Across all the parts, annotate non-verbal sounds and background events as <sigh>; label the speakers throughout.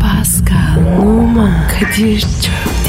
Speaker 1: Pascal, Oman, Kadir çok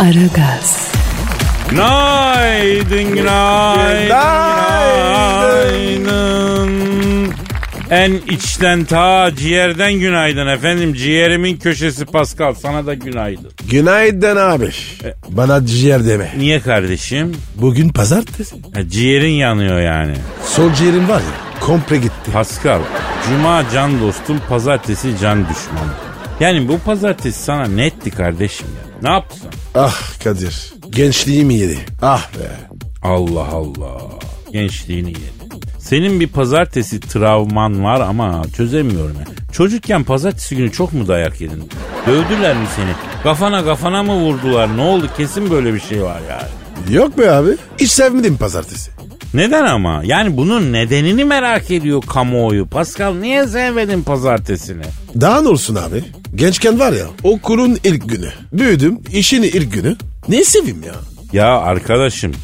Speaker 1: Aragaz,
Speaker 2: Günaydın, günaydın,
Speaker 3: Günaydın.
Speaker 2: günaydın. En içten ta ciğerden günaydın efendim. Ciğerimin köşesi Pascal sana da günaydın.
Speaker 3: Günaydın abi. E, Bana ciğer deme.
Speaker 2: Niye kardeşim?
Speaker 3: Bugün pazartesi.
Speaker 2: Ha, E, ciğerin yanıyor yani.
Speaker 3: Sol ciğerim var ya. Komple gitti.
Speaker 2: Pascal, cuma can dostum, pazartesi can düşmanım. Yani bu pazartesi sana netti kardeşim ya. Ne yaptın?
Speaker 3: Ah Kadir. Gençliğimi yedi. Ah be.
Speaker 2: Allah Allah. Gençliğini yedi. Senin bir pazartesi travman var ama çözemiyorum. ya. Çocukken pazartesi günü çok mu dayak yedin? Dövdüler mi seni? Kafana kafana mı vurdular? Ne oldu? Kesin böyle bir şey var yani.
Speaker 3: Yok be abi. Hiç sevmedim pazartesi.
Speaker 2: Neden ama? Yani bunun nedenini merak ediyor kamuoyu. Pascal niye sevmedin pazartesini?
Speaker 3: Daha ne olsun abi? Gençken var ya okulun ilk günü. Büyüdüm işin ilk günü. Ne seveyim ya?
Speaker 2: Ya arkadaşım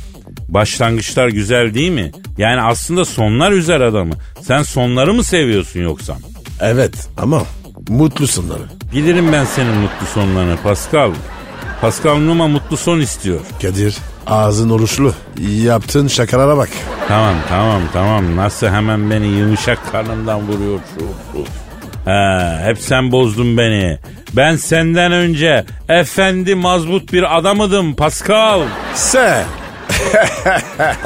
Speaker 2: başlangıçlar güzel değil mi? Yani aslında sonlar üzer adamı. Sen sonları mı seviyorsun yoksa?
Speaker 3: Evet ama mutlu sonları.
Speaker 2: Bilirim ben senin mutlu sonlarını Pascal. Pascal Numa mutlu son istiyor.
Speaker 3: Kadir ağzın oruçlu. Yaptığın şakalara bak.
Speaker 2: Tamam tamam tamam nasıl hemen beni yumuşak karnımdan vuruyor şu bu. He, hep sen bozdun beni. Ben senden önce efendi mazbut bir adamıdım Pascal.
Speaker 3: Sen
Speaker 2: <laughs>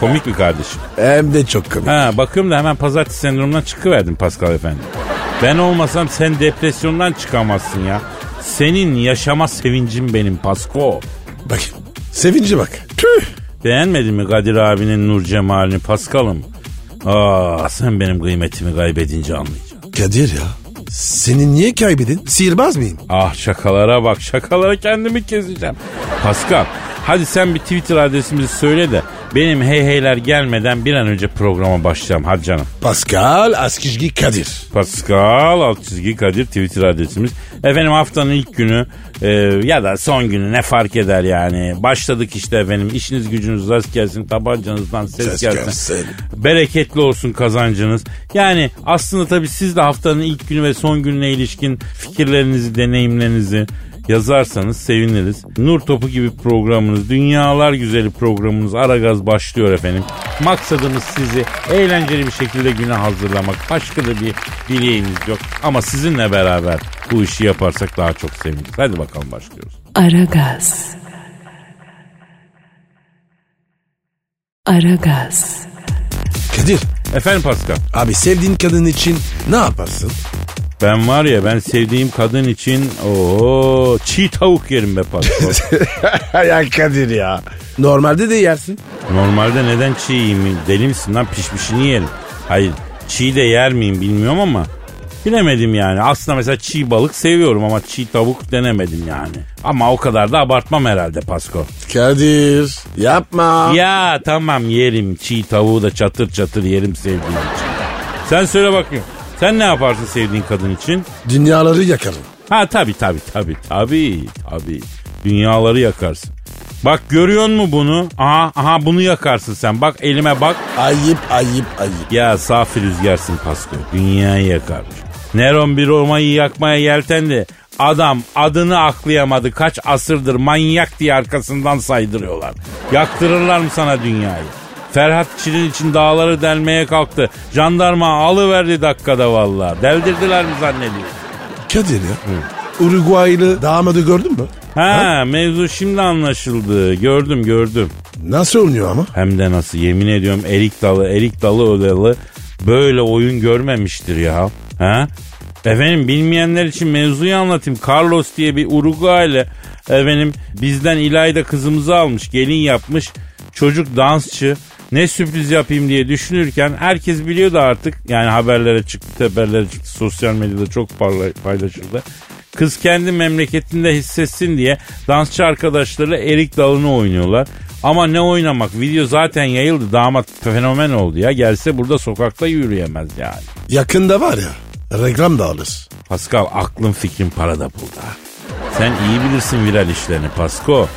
Speaker 2: Komik bir kardeşim.
Speaker 3: hem de çok komik.
Speaker 2: Ha bakıyorum da hemen pazartesi sendromundan çıkıverdin Pascal efendi. Ben olmasam sen depresyondan çıkamazsın ya. Senin yaşama sevincin benim Pasko.
Speaker 3: Bak sevinci bak. Tüh.
Speaker 2: Beğenmedin mi Kadir abinin nur cemalini Paskal'ım? Aa sen benim kıymetimi kaybedince anlayacaksın.
Speaker 3: Kadir ya seni niye kaybedin? Sihirbaz mıyım?
Speaker 2: Ah şakalara bak şakalara kendimi keseceğim. Paskal hadi sen bir Twitter adresimizi söyle de benim hey heyler gelmeden bir an önce programa başlayalım hadi canım.
Speaker 3: Pascal Askizgi Kadir.
Speaker 2: Pascal alt çizgi Kadir Twitter adresimiz. Efendim haftanın ilk günü e, ya da son günü ne fark eder yani. Başladık işte efendim işiniz gücünüz rast gelsin tabancanızdan ses,
Speaker 3: Ses
Speaker 2: gelsin.
Speaker 3: gelsin.
Speaker 2: Bereketli olsun kazancınız. Yani aslında tabii siz de haftanın ilk günü ve son gününe ilişkin fikirlerinizi, deneyimlerinizi yazarsanız seviniriz. Nur Topu gibi programınız, dünyalar güzeli programınız Aragaz başlıyor efendim. Maksadımız sizi eğlenceli bir şekilde güne hazırlamak. Başka da bir dileğimiz yok. Ama sizinle beraber bu işi yaparsak daha çok seviniriz. Hadi bakalım başlıyoruz.
Speaker 1: Aragaz. Aragaz,
Speaker 3: Kadir
Speaker 2: Efendim Pascal.
Speaker 3: abi sevdiğin kadın için ne yaparsın?
Speaker 2: Ben var ya ben sevdiğim kadın için o çiğ tavuk yerim be
Speaker 3: <laughs>
Speaker 2: Pascal.
Speaker 3: ya Kadir ya. Normalde de yersin.
Speaker 2: Normalde neden çiğ yiyeyim? Deli misin lan pişmişini yiyelim. Hayır çiğ de yer miyim bilmiyorum ama bilemedim yani. Aslında mesela çiğ balık seviyorum ama çiğ tavuk denemedim yani. Ama o kadar da abartmam herhalde Pasko.
Speaker 3: Kadir yapma.
Speaker 2: Ya tamam yerim çiğ tavuğu da çatır çatır yerim sevdiğim için. Sen söyle bakayım. Sen ne yaparsın sevdiğin kadın için?
Speaker 3: Dünyaları yakarım.
Speaker 2: Ha tabi tabi tabi tabi tabi. Dünyaları yakarsın. Bak görüyor mu bunu? Aha aha bunu yakarsın sen. Bak elime bak.
Speaker 3: Ayıp ayıp ayıp.
Speaker 2: Ya safi rüzgarsın Pasko. Dünyayı yakarmış. Neron bir Roma'yı yakmaya yeltendi. Adam adını aklayamadı. Kaç asırdır manyak diye arkasından saydırıyorlar. Yaktırırlar mı sana dünyayı? Ferhat Çilin için dağları delmeye kalktı. Jandarma alıverdi dakikada vallahi. Deldirdiler mi zannediyor?
Speaker 3: Kadir ya. Uruguaylı damadı gördün mü?
Speaker 2: Ha mevzu şimdi anlaşıldı. Gördüm gördüm.
Speaker 3: Nasıl oynuyor ama?
Speaker 2: Hem de nasıl yemin ediyorum erik dalı erik dalı ödalı böyle oyun görmemiştir ya. Ha? Efendim bilmeyenler için mevzuyu anlatayım. Carlos diye bir Uruguaylı efendim bizden İlayda kızımızı almış gelin yapmış. Çocuk dansçı ne sürpriz yapayım diye düşünürken herkes biliyordu artık. Yani haberlere çıktı, haberlere çıktı. Sosyal medyada çok parla- paylaşıldı. Kız kendi memleketinde hissetsin diye dansçı arkadaşları erik dalını oynuyorlar. Ama ne oynamak video zaten yayıldı damat fenomen oldu ya. Gelse burada sokakta yürüyemez yani.
Speaker 3: Yakında var ya reklam da alır.
Speaker 2: Pascal aklın fikrin parada buldu. ha. Sen iyi bilirsin viral işlerini Pasko.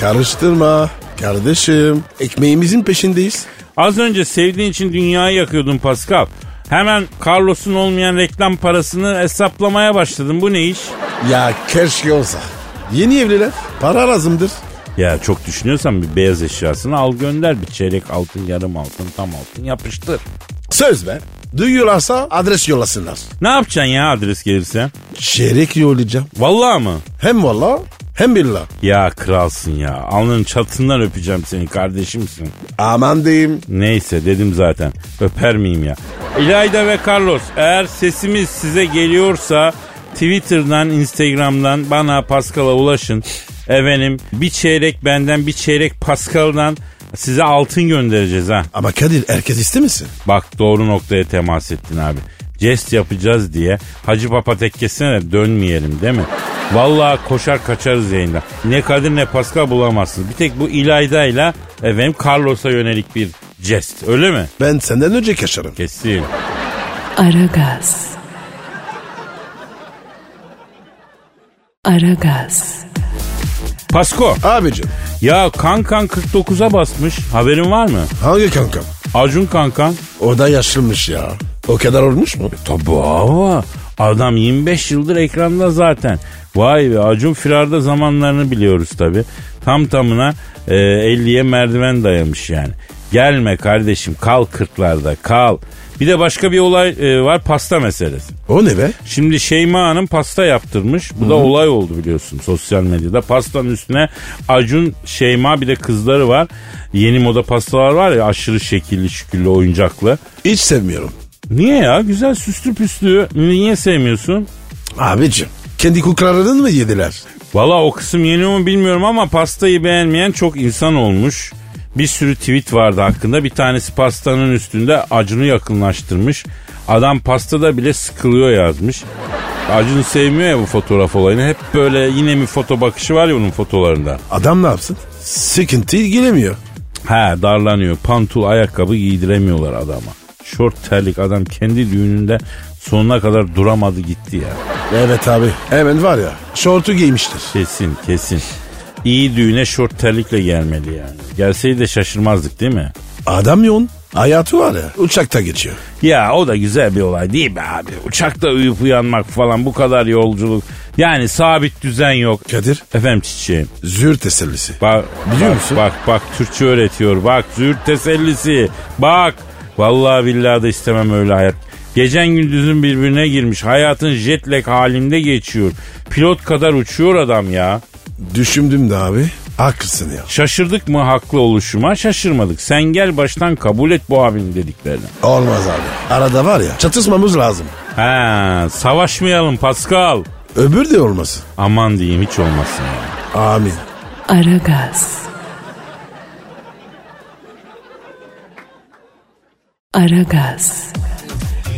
Speaker 3: Karıştırma kardeşim. Ekmeğimizin peşindeyiz.
Speaker 2: Az önce sevdiğin için dünyayı yakıyordun Pascal. Hemen Carlos'un olmayan reklam parasını hesaplamaya başladın. Bu ne iş?
Speaker 3: Ya keşke olsa. Yeni evliler para lazımdır.
Speaker 2: Ya çok düşünüyorsan bir beyaz eşyasını al gönder. Bir çeyrek altın, yarım altın, tam altın yapıştır.
Speaker 3: Söz be. Duyuyorlarsa adres yollasınlar.
Speaker 2: Ne yapacaksın ya adres gelirse?
Speaker 3: Çeyrek yollayacağım.
Speaker 2: Vallahi mı?
Speaker 3: Hem valla hem billah.
Speaker 2: Ya kralsın ya. Alnının çatından öpeceğim seni kardeşimsin.
Speaker 3: Aman diyeyim.
Speaker 2: Neyse dedim zaten. Öper miyim ya? İlayda ve Carlos eğer sesimiz size geliyorsa Twitter'dan, Instagram'dan bana Pascal'a ulaşın. Efendim bir çeyrek benden bir çeyrek Pascal'dan size altın göndereceğiz ha.
Speaker 3: Ama Kadir herkes istemesin.
Speaker 2: Bak doğru noktaya temas ettin abi. Jest yapacağız diye Hacı Papa tekkesine de dönmeyelim değil mi? Vallahi koşar kaçarız yayında. Ne Kadir ne Pascal bulamazsınız. Bir tek bu İlayda'yla efendim Carlos'a yönelik bir jest öyle mi?
Speaker 3: Ben senden önce kaçarım.
Speaker 2: Kesin.
Speaker 1: Aragaz. Aragaz.
Speaker 2: Pasko
Speaker 3: Abicim
Speaker 2: ya kankan 49'a basmış haberin var mı?
Speaker 3: hangi kankam?
Speaker 2: Acun kankan.
Speaker 3: O da yaşlıymış ya. O kadar olmuş mu?
Speaker 2: Tabi ama adam 25 yıldır ekranda zaten. Vay be Acun Firar'da zamanlarını biliyoruz tabi. Tam tamına e, 50'ye merdiven dayamış yani. Gelme kardeşim kal kırklarda kal. Bir de başka bir olay e, var pasta meselesi.
Speaker 3: O ne be?
Speaker 2: Şimdi Şeyma Hanım pasta yaptırmış. Bu da olay oldu biliyorsun sosyal medyada. Pastanın üstüne Acun, Şeyma bir de kızları var. Yeni moda pastalar var ya aşırı şekilli şüküllü oyuncaklı.
Speaker 3: Hiç sevmiyorum.
Speaker 2: Niye ya? Güzel süslü püslü. Niye sevmiyorsun?
Speaker 3: Abicim kendi kuklalarını mı yediler?
Speaker 2: Valla o kısım yeni mi bilmiyorum ama pastayı beğenmeyen çok insan olmuş. Bir sürü tweet vardı hakkında. Bir tanesi pastanın üstünde acını yakınlaştırmış. Adam pastada bile sıkılıyor yazmış. Acını sevmiyor ya bu fotoğraf olayını. Hep böyle yine mi foto bakışı var ya onun fotolarında.
Speaker 3: Adam ne yapsın? Sıkıntı ilgilemiyor.
Speaker 2: He darlanıyor. Pantul ayakkabı giydiremiyorlar adama. Şort terlik adam kendi düğününde sonuna kadar duramadı gitti ya.
Speaker 3: Evet abi hemen var ya şortu giymiştir.
Speaker 2: Kesin kesin. İyi düğüne şort terlikle gelmeli yani. Gelseydi de şaşırmazdık değil mi?
Speaker 3: Adam yoğun. Hayatı var ya uçakta geçiyor.
Speaker 2: Ya o da güzel bir olay değil mi abi? Uçakta uyup uyanmak falan bu kadar yolculuk. Yani sabit düzen yok.
Speaker 3: Kadir
Speaker 2: Efendim çiçeğim.
Speaker 3: zür tesellisi.
Speaker 2: Bak,
Speaker 3: Biliyor
Speaker 2: bak,
Speaker 3: musun?
Speaker 2: Bak bak Türkçe öğretiyor. Bak züğürt tesellisi. Bak. Vallahi billahi de istemem öyle hayat. Gecen gündüzün birbirine girmiş. Hayatın jet lag halinde geçiyor. Pilot kadar uçuyor adam ya.
Speaker 3: Düşündüm de abi haklısın ya.
Speaker 2: Şaşırdık mı haklı oluşuma? Şaşırmadık. Sen gel baştan kabul et bu abinin dediklerini.
Speaker 3: Olmaz abi. Arada var ya çatışmamız lazım.
Speaker 2: Ha, savaşmayalım Pascal.
Speaker 3: Öbür de olmasın.
Speaker 2: Aman diyeyim hiç olmasın ya.
Speaker 3: Amin.
Speaker 1: Aragaz. Aragaz.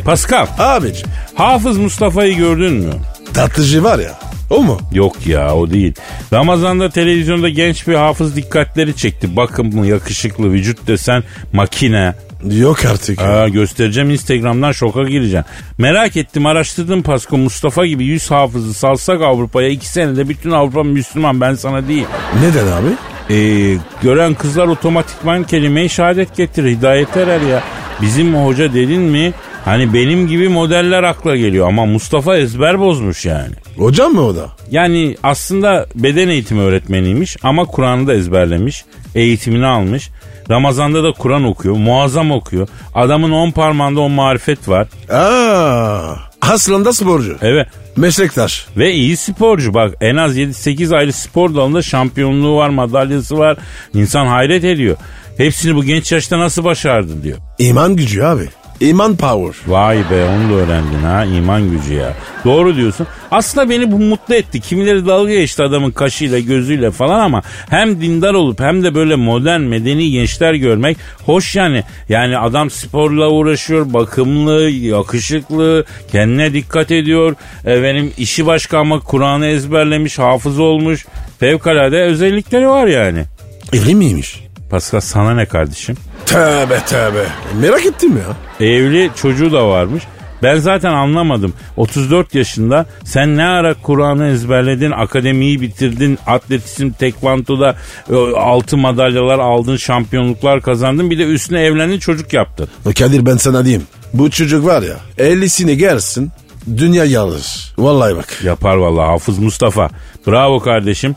Speaker 2: Pascal,
Speaker 3: Abicim
Speaker 2: Hafız Mustafa'yı gördün mü?
Speaker 3: tatlıcı var ya o mu?
Speaker 2: Yok ya o değil. Ramazan'da televizyonda genç bir hafız dikkatleri çekti. Bakımlı, yakışıklı, vücut desen makine.
Speaker 3: Yok artık. ya.
Speaker 2: Aa, göstereceğim Instagram'dan şoka gireceğim. Merak ettim araştırdım Pasko Mustafa gibi yüz hafızı salsak Avrupa'ya iki senede bütün Avrupa Müslüman ben sana değil.
Speaker 3: Neden abi?
Speaker 2: Ee, gören kızlar otomatikman kelime-i şehadet getirir. Hidayet erer ya. Bizim hoca dedin mi hani benim gibi modeller akla geliyor ama Mustafa ezber bozmuş yani.
Speaker 3: Hocam mı o da?
Speaker 2: Yani aslında beden eğitimi öğretmeniymiş ama Kur'an'ı da ezberlemiş. Eğitimini almış. Ramazan'da da Kur'an okuyor. Muazzam okuyor. Adamın on parmağında o marifet var.
Speaker 3: Aa, aslında sporcu.
Speaker 2: Evet.
Speaker 3: Meslektaş.
Speaker 2: Ve iyi sporcu bak en az 7-8 ayrı spor dalında şampiyonluğu var madalyası var İnsan hayret ediyor. Hepsini bu genç yaşta nasıl başardın diyor.
Speaker 3: İman gücü abi. İman power.
Speaker 2: Vay be onu da öğrendin ha iman gücü ya. Doğru diyorsun. Aslında beni bu mutlu etti. Kimileri dalga geçti adamın kaşıyla gözüyle falan ama hem dindar olup hem de böyle modern medeni gençler görmek hoş yani. Yani adam sporla uğraşıyor, bakımlı, yakışıklı, kendine dikkat ediyor. E, Benim işi başka ama Kur'an'ı ezberlemiş, hafız olmuş. Fevkalade özellikleri var yani.
Speaker 3: Evli miymiş?
Speaker 2: Pascal sana ne kardeşim?
Speaker 3: Tövbe tövbe. Merak ettim ya.
Speaker 2: Evli çocuğu da varmış. Ben zaten anlamadım. 34 yaşında sen ne ara Kur'an'ı ezberledin, akademiyi bitirdin, atletizm, tekvantoda e, altı madalyalar aldın, şampiyonluklar kazandın. Bir de üstüne evlendin, çocuk yaptın.
Speaker 3: Ya Kadir ben sana diyeyim. Bu çocuk var ya 50'sini gelsin dünya yalır. Vallahi bak.
Speaker 2: Yapar vallahi Hafız Mustafa. Bravo kardeşim.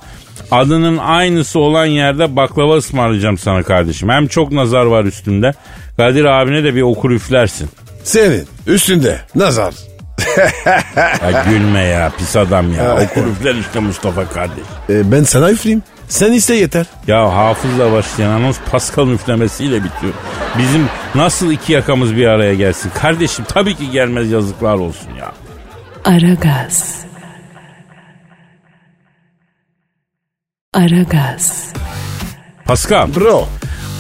Speaker 2: Adının aynısı olan yerde baklava ısmarlayacağım sana kardeşim. Hem çok nazar var üstünde. Kadir abine de bir okur üflersin.
Speaker 3: Senin üstünde nazar.
Speaker 2: Ya gülme ya pis adam ya. Okur üfler işte Mustafa kardeş.
Speaker 3: E, ben sana üfleyeyim. Sen iste yeter.
Speaker 2: Ya hafızla başlayan anons Pascal üflemesiyle bitiyor. Bizim nasıl iki yakamız bir araya gelsin? Kardeşim tabii ki gelmez yazıklar olsun ya.
Speaker 1: Aragaz. Aragaz.
Speaker 2: Pascal,
Speaker 3: Bro.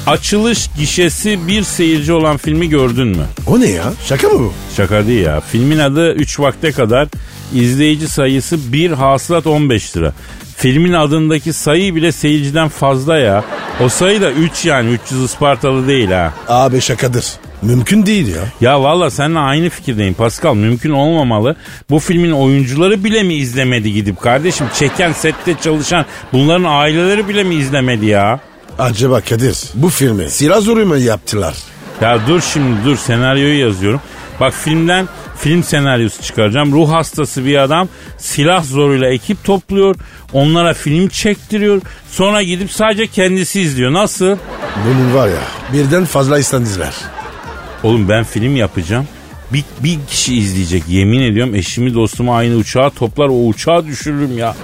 Speaker 2: açılış gişesi bir seyirci olan filmi gördün mü?
Speaker 3: O ne ya? Şaka mı bu?
Speaker 2: Şaka değil ya. Filmin adı 3 vakte kadar izleyici sayısı 1 hasılat 15 lira. Filmin adındaki sayı bile seyirciden fazla ya. O sayı da 3 yani 300 Ispartalı değil ha.
Speaker 3: Abi şakadır. Mümkün değil ya.
Speaker 2: Ya valla seninle aynı fikirdeyim Pascal. Mümkün olmamalı. Bu filmin oyuncuları bile mi izlemedi gidip kardeşim? Çeken, sette çalışan bunların aileleri bile mi izlemedi ya?
Speaker 3: Acaba Kadir bu filmi silah zoru mu yaptılar?
Speaker 2: Ya dur şimdi dur senaryoyu yazıyorum. Bak filmden film senaryosu çıkaracağım. Ruh hastası bir adam silah zoruyla ekip topluyor. Onlara film çektiriyor. Sonra gidip sadece kendisi izliyor. Nasıl?
Speaker 3: Bunun var ya birden fazla istendizler.
Speaker 2: Oğlum ben film yapacağım. Bir, bir kişi izleyecek yemin ediyorum eşimi dostumu aynı uçağa toplar o uçağa düşürürüm ya.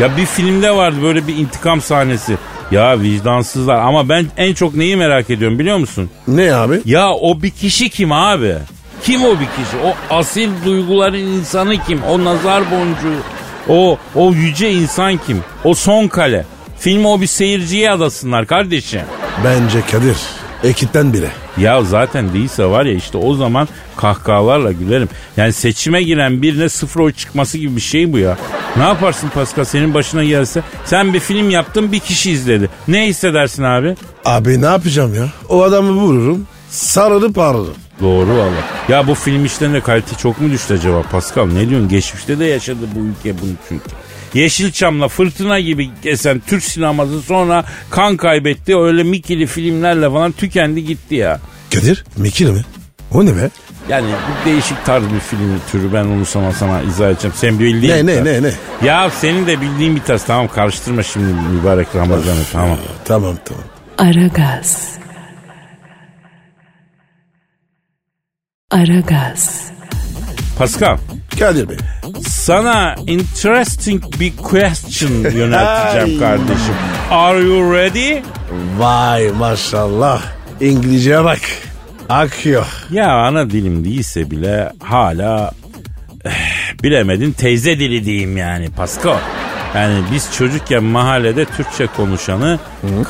Speaker 2: Ya bir filmde vardı böyle bir intikam sahnesi. Ya vicdansızlar ama ben en çok neyi merak ediyorum biliyor musun?
Speaker 3: Ne abi?
Speaker 2: Ya o bir kişi kim abi? Kim o bir kişi? O asil duyguların insanı kim? O nazar boncuğu. O, o yüce insan kim? O son kale. Filmi o bir seyirciye adasınlar kardeşim.
Speaker 3: Bence Kadir ekipten biri.
Speaker 2: Ya zaten değilse var ya işte o zaman kahkahalarla gülerim. Yani seçime giren birine sıfır oy çıkması gibi bir şey bu ya. Ne yaparsın Pascal senin başına gelse? Sen bir film yaptın bir kişi izledi. Ne hissedersin abi?
Speaker 3: Abi ne yapacağım ya? O adamı vururum sarılıp ağrırım.
Speaker 2: Doğru valla. Ya bu film işlerinde kalite çok mu düştü acaba Pascal? Ne diyorsun? Geçmişte de yaşadı bu ülke bunu çünkü. Yeşilçam'la fırtına gibi esen Türk sineması sonra kan kaybetti. Öyle mikili filmlerle falan tükendi gitti ya.
Speaker 3: Kadir Mekir mi? O ne be?
Speaker 2: Yani bu değişik tarz bir film türü ben onu sana, sana izah edeceğim. Sen bildiğin
Speaker 3: Ne,
Speaker 2: bir
Speaker 3: ne,
Speaker 2: tarz.
Speaker 3: ne, ne?
Speaker 2: Ya senin de bildiğin bir tarz tamam karıştırma şimdi mübarek Ramazan'ı tamam.
Speaker 3: Tamam tamam.
Speaker 1: Aragaz. Aragaz.
Speaker 2: Pascal
Speaker 3: Kadir Bey.
Speaker 2: sana interesting
Speaker 3: <laughs>
Speaker 2: bir question yönelteceğim kardeşim. Are you ready?
Speaker 3: Vay maşallah. İngilizce bak. Akıyor.
Speaker 2: Ya ana dilim değilse bile hala eh, bilemedin teyze dili diyeyim yani Pasko. Yani biz çocukken mahallede Türkçe konuşanı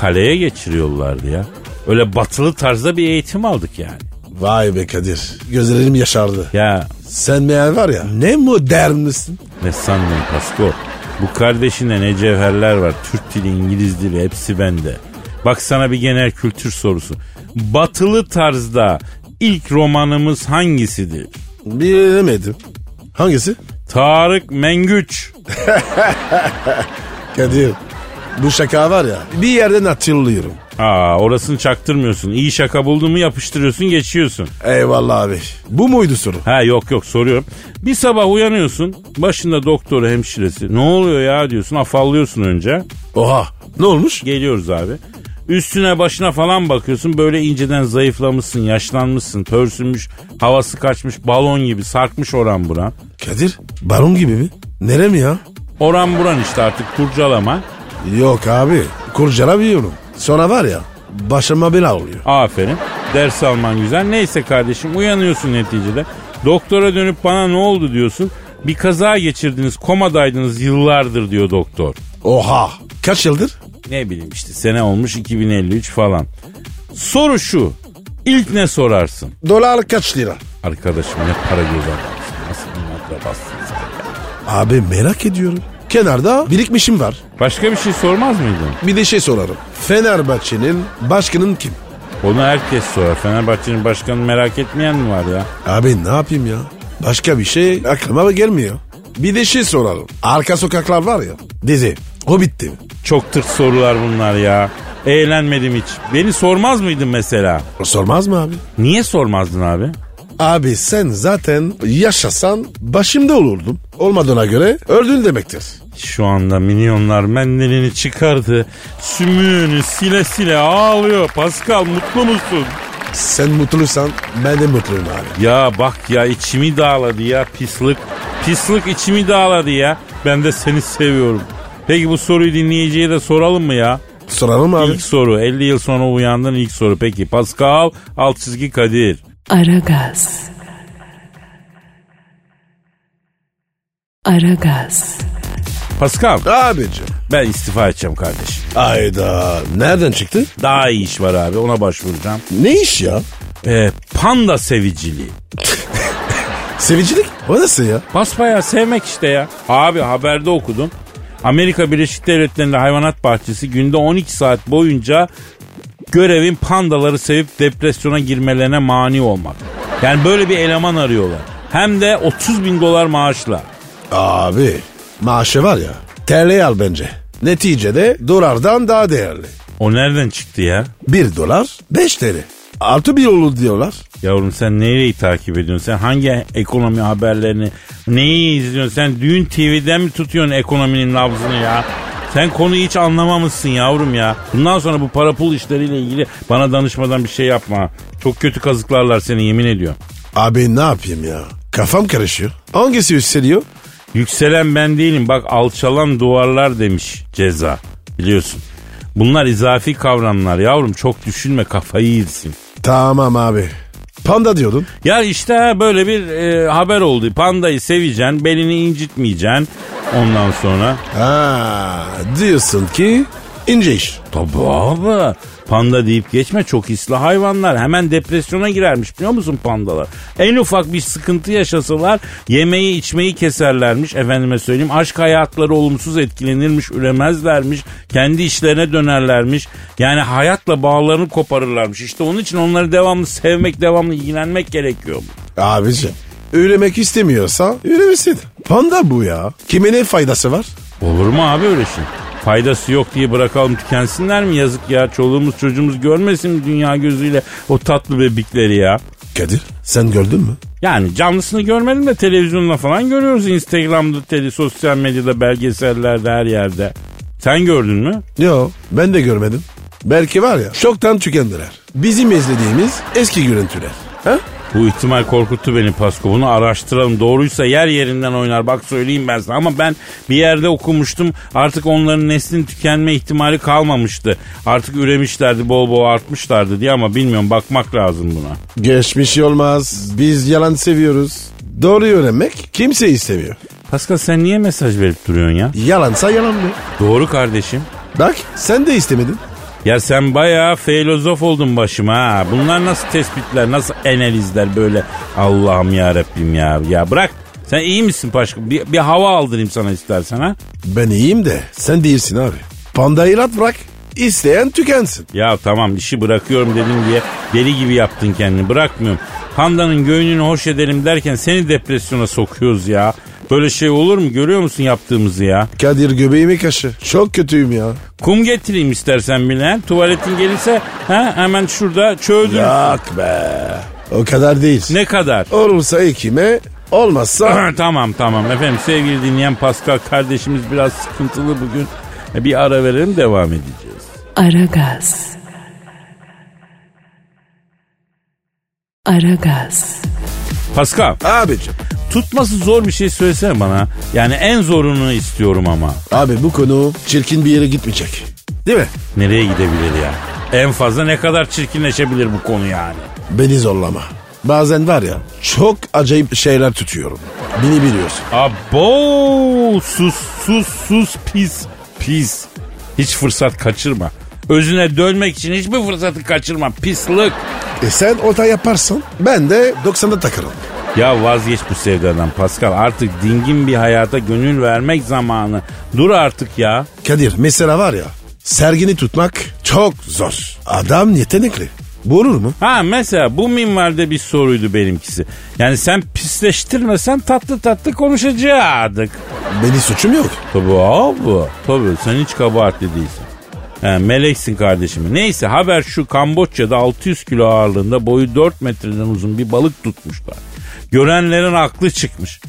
Speaker 2: kaleye geçiriyorlardı ya. Öyle batılı tarzda bir eğitim aldık yani.
Speaker 3: Vay be Kadir. Gözlerim yaşardı.
Speaker 2: Ya
Speaker 3: Sen meğer var ya ne modern misin?
Speaker 2: ne sandın Pasko? Bu kardeşinde ne cevherler var. Türk dili, İngiliz dili hepsi bende. Bak sana bir genel kültür sorusu. Batılı tarzda ilk romanımız hangisidir?
Speaker 3: Bilemedim. Hangisi?
Speaker 2: Tarık Mengüç.
Speaker 3: Kadir. Bu şaka var ya bir yerden hatırlıyorum.
Speaker 2: Aa orasını çaktırmıyorsun. İyi şaka buldun mu yapıştırıyorsun geçiyorsun.
Speaker 3: Eyvallah abi. Bu muydu soru?
Speaker 2: Ha yok yok soruyorum. Bir sabah uyanıyorsun. Başında doktoru hemşiresi. Ne oluyor ya diyorsun. Afallıyorsun önce.
Speaker 3: Oha ne olmuş?
Speaker 2: Geliyoruz abi. Üstüne başına falan bakıyorsun. Böyle inceden zayıflamışsın, yaşlanmışsın, pörsümüş, havası kaçmış, balon gibi sarkmış oran buran.
Speaker 3: Kadir baron gibi mi? Nere mi ya?
Speaker 2: Oran buran işte artık kurcalama.
Speaker 3: Yok abi kurcalamıyorum. Sonra var ya başıma bela oluyor.
Speaker 2: Aferin. Ders alman güzel. Neyse kardeşim uyanıyorsun neticede. Doktora dönüp bana ne oldu diyorsun. Bir kaza geçirdiniz komadaydınız yıllardır diyor doktor.
Speaker 3: Oha. Kaç yıldır?
Speaker 2: Ne bileyim işte sene olmuş 2053 falan. Soru şu. İlk ne sorarsın?
Speaker 3: Dolar kaç lira?
Speaker 2: Arkadaşım ne para göz adamsın. Nasıl inatla bastın sen?
Speaker 3: Abi merak ediyorum. Kenarda birikmişim var.
Speaker 2: Başka bir şey sormaz mıydın?
Speaker 3: Bir de şey sorarım. Fenerbahçe'nin başkanın kim?
Speaker 2: Onu herkes sorar. Fenerbahçe'nin başkanı merak etmeyen mi var ya?
Speaker 3: Abi ne yapayım ya? Başka bir şey aklıma gelmiyor. Bir de şey sorarım. Arka sokaklar var ya. Dizi. O bitti mi?
Speaker 2: Çok tırt sorular bunlar ya. Eğlenmedim hiç. Beni sormaz mıydın mesela?
Speaker 3: Sormaz mı abi?
Speaker 2: Niye sormazdın abi?
Speaker 3: Abi sen zaten yaşasan başımda olurdum. Olmadığına göre öldün demektir.
Speaker 2: Şu anda minyonlar mendilini çıkardı. Sümüğünü sile sile ağlıyor. Pascal mutlu musun?
Speaker 3: Sen mutluysan ben de mutluyum abi.
Speaker 2: Ya bak ya içimi dağladı ya pislik. Pislik içimi dağladı ya. Ben de seni seviyorum. Peki bu soruyu dinleyiciye de soralım mı ya?
Speaker 3: Soralım abi.
Speaker 2: İlk soru 50 yıl sonra uyandın ilk soru. Peki Pascal alt çizgi Kadir.
Speaker 1: Aragaz. Aragaz.
Speaker 2: Pascal
Speaker 3: Abicim.
Speaker 2: ben istifa edeceğim kardeşim.
Speaker 3: Ayda. Nereden çıktı?
Speaker 2: Daha iyi iş var abi ona başvuracağım.
Speaker 3: Ne iş ya?
Speaker 2: Ee, panda seviciliği.
Speaker 3: Sevicilik? O nasıl ya?
Speaker 2: Basbayağı sevmek işte ya. Abi haberde okudum. Amerika Birleşik Devletleri'nde hayvanat bahçesi günde 12 saat boyunca görevin pandaları sevip depresyona girmelerine mani olmak. Yani böyle bir eleman arıyorlar. Hem de 30 bin dolar maaşla.
Speaker 3: Abi maaşı var ya. TL al bence. Neticede dolardan daha değerli.
Speaker 2: O nereden çıktı ya?
Speaker 3: 1 dolar 5 TL. Artı bir olur diyorlar.
Speaker 2: Yavrum sen nereyi takip ediyorsun? Sen hangi ekonomi haberlerini, neyi izliyorsun? Sen düğün TV'den mi tutuyorsun ekonominin nabzını ya? Sen konuyu hiç anlamamışsın yavrum ya. Bundan sonra bu para pul işleriyle ilgili bana danışmadan bir şey yapma. ha. Çok kötü kazıklarlar seni yemin ediyorum.
Speaker 3: Abi ne yapayım ya? Kafam karışıyor. Hangisi yükseliyor?
Speaker 2: Yükselen ben değilim bak alçalan duvarlar demiş ceza biliyorsun. Bunlar izafi kavramlar yavrum çok düşünme kafayı yersin.
Speaker 3: Tamam abi. Panda diyordun.
Speaker 2: Ya işte ha, böyle bir e, haber oldu. Pandayı seveceksin, belini incitmeyeceksin. Ondan sonra
Speaker 3: Ha, diyorsun ki ince iş.
Speaker 2: tabii abi panda deyip geçme çok hisli hayvanlar hemen depresyona girermiş biliyor musun pandalar. En ufak bir sıkıntı yaşasalar yemeği içmeyi keserlermiş efendime söyleyeyim. Aşk hayatları olumsuz etkilenirmiş üremezlermiş kendi işlerine dönerlermiş. Yani hayatla bağlarını koparırlarmış işte onun için onları devamlı sevmek devamlı ilgilenmek gerekiyor.
Speaker 3: Abiciğim üremek istemiyorsa üremesin. Panda bu ya. Kime ne faydası var?
Speaker 2: Olur mu abi öyle şey? Faydası yok diye bırakalım tükensinler mi yazık ya? Çoluğumuz çocuğumuz görmesin mi dünya gözüyle o tatlı bebekleri ya?
Speaker 3: Kadir sen gördün mü?
Speaker 2: Yani canlısını görmedim de televizyonda falan görüyoruz. Instagram'da, tele, sosyal medyada, belgesellerde her yerde. Sen gördün mü?
Speaker 3: Yo ben de görmedim. Belki var ya şoktan tükendiler. Bizim izlediğimiz eski görüntüler. Ha?
Speaker 2: Bu ihtimal korkuttu beni Pasko. Bunu araştıralım. Doğruysa yer yerinden oynar. Bak söyleyeyim ben sana. Ama ben bir yerde okumuştum. Artık onların neslin tükenme ihtimali kalmamıştı. Artık üremişlerdi. Bol bol artmışlardı diye ama bilmiyorum. Bakmak lazım buna.
Speaker 3: Geçmiş olmaz. Biz yalan seviyoruz. Doğru öğrenmek kimse istemiyor.
Speaker 2: Pascal sen niye mesaj verip duruyorsun ya?
Speaker 3: Yalansa yalan mı?
Speaker 2: Doğru kardeşim.
Speaker 3: Bak sen de istemedin.
Speaker 2: Ya sen bayağı filozof oldun başıma ha. Bunlar nasıl tespitler, nasıl analizler böyle? Allah'ım ya Rabbim ya. Ya bırak. Sen iyi misin Paşko? Bir, bir hava aldırayım sana istersen ha.
Speaker 3: Ben iyiyim de sen değilsin abi. Pandayı rahat bırak. İsteyen tükensin.
Speaker 2: Ya tamam işi bırakıyorum dedim diye deli gibi yaptın kendini bırakmıyorum. Pandanın göğününü hoş edelim derken seni depresyona sokuyoruz ya. Böyle şey olur mu görüyor musun yaptığımızı ya?
Speaker 3: Kadir göbeğimi kaşı. Çok kötüyüm ya.
Speaker 2: Kum getireyim istersen bile. Tuvaletin gelirse ha, hemen şurada çöldür.
Speaker 3: Yok be. O kadar değil.
Speaker 2: Ne kadar? <clears throat>
Speaker 3: Olursa ekime, olmazsa...
Speaker 2: tamam tamam efendim sevgili dinleyen Pascal kardeşimiz biraz sıkıntılı bugün. E, Bir ara verelim devam edeceğiz.
Speaker 1: Aragaz. Aragaz.
Speaker 2: Pascal
Speaker 3: Abicim,
Speaker 2: tutması zor bir şey söylesene bana. Yani en zorunu istiyorum ama.
Speaker 3: abi bu konu çirkin bir yere gitmeyecek. Değil mi?
Speaker 2: Nereye gidebilir ya? En fazla ne kadar çirkinleşebilir bu konu yani.
Speaker 3: Beni zorlama. Bazen var ya çok acayip şeyler tutuyorum. Beni biliyorsun.
Speaker 2: Abo sus sus sus pis pis. Hiç fırsat kaçırma. Özüne dönmek için hiçbir fırsatı kaçırma pislik.
Speaker 3: E sen orta yaparsın. Ben de 90'da takarım.
Speaker 2: Ya vazgeç bu sevdadan Pascal artık dingin bir hayata gönül vermek zamanı. Dur artık ya.
Speaker 3: Kadir mesela var ya sergini tutmak çok zor. Adam yetenekli. Bu olur mu?
Speaker 2: Ha mesela bu minvalde bir soruydu benimkisi. Yani sen pisleştirmesen tatlı tatlı konuşacaktık.
Speaker 3: Benim suçum yok.
Speaker 2: Tabii abi. Tabii sen hiç kabahatli değilsin. He, meleksin kardeşim. Neyse haber şu Kamboçya'da 600 kilo ağırlığında boyu 4 metreden uzun bir balık tutmuşlar. Görenlerin aklı çıkmış.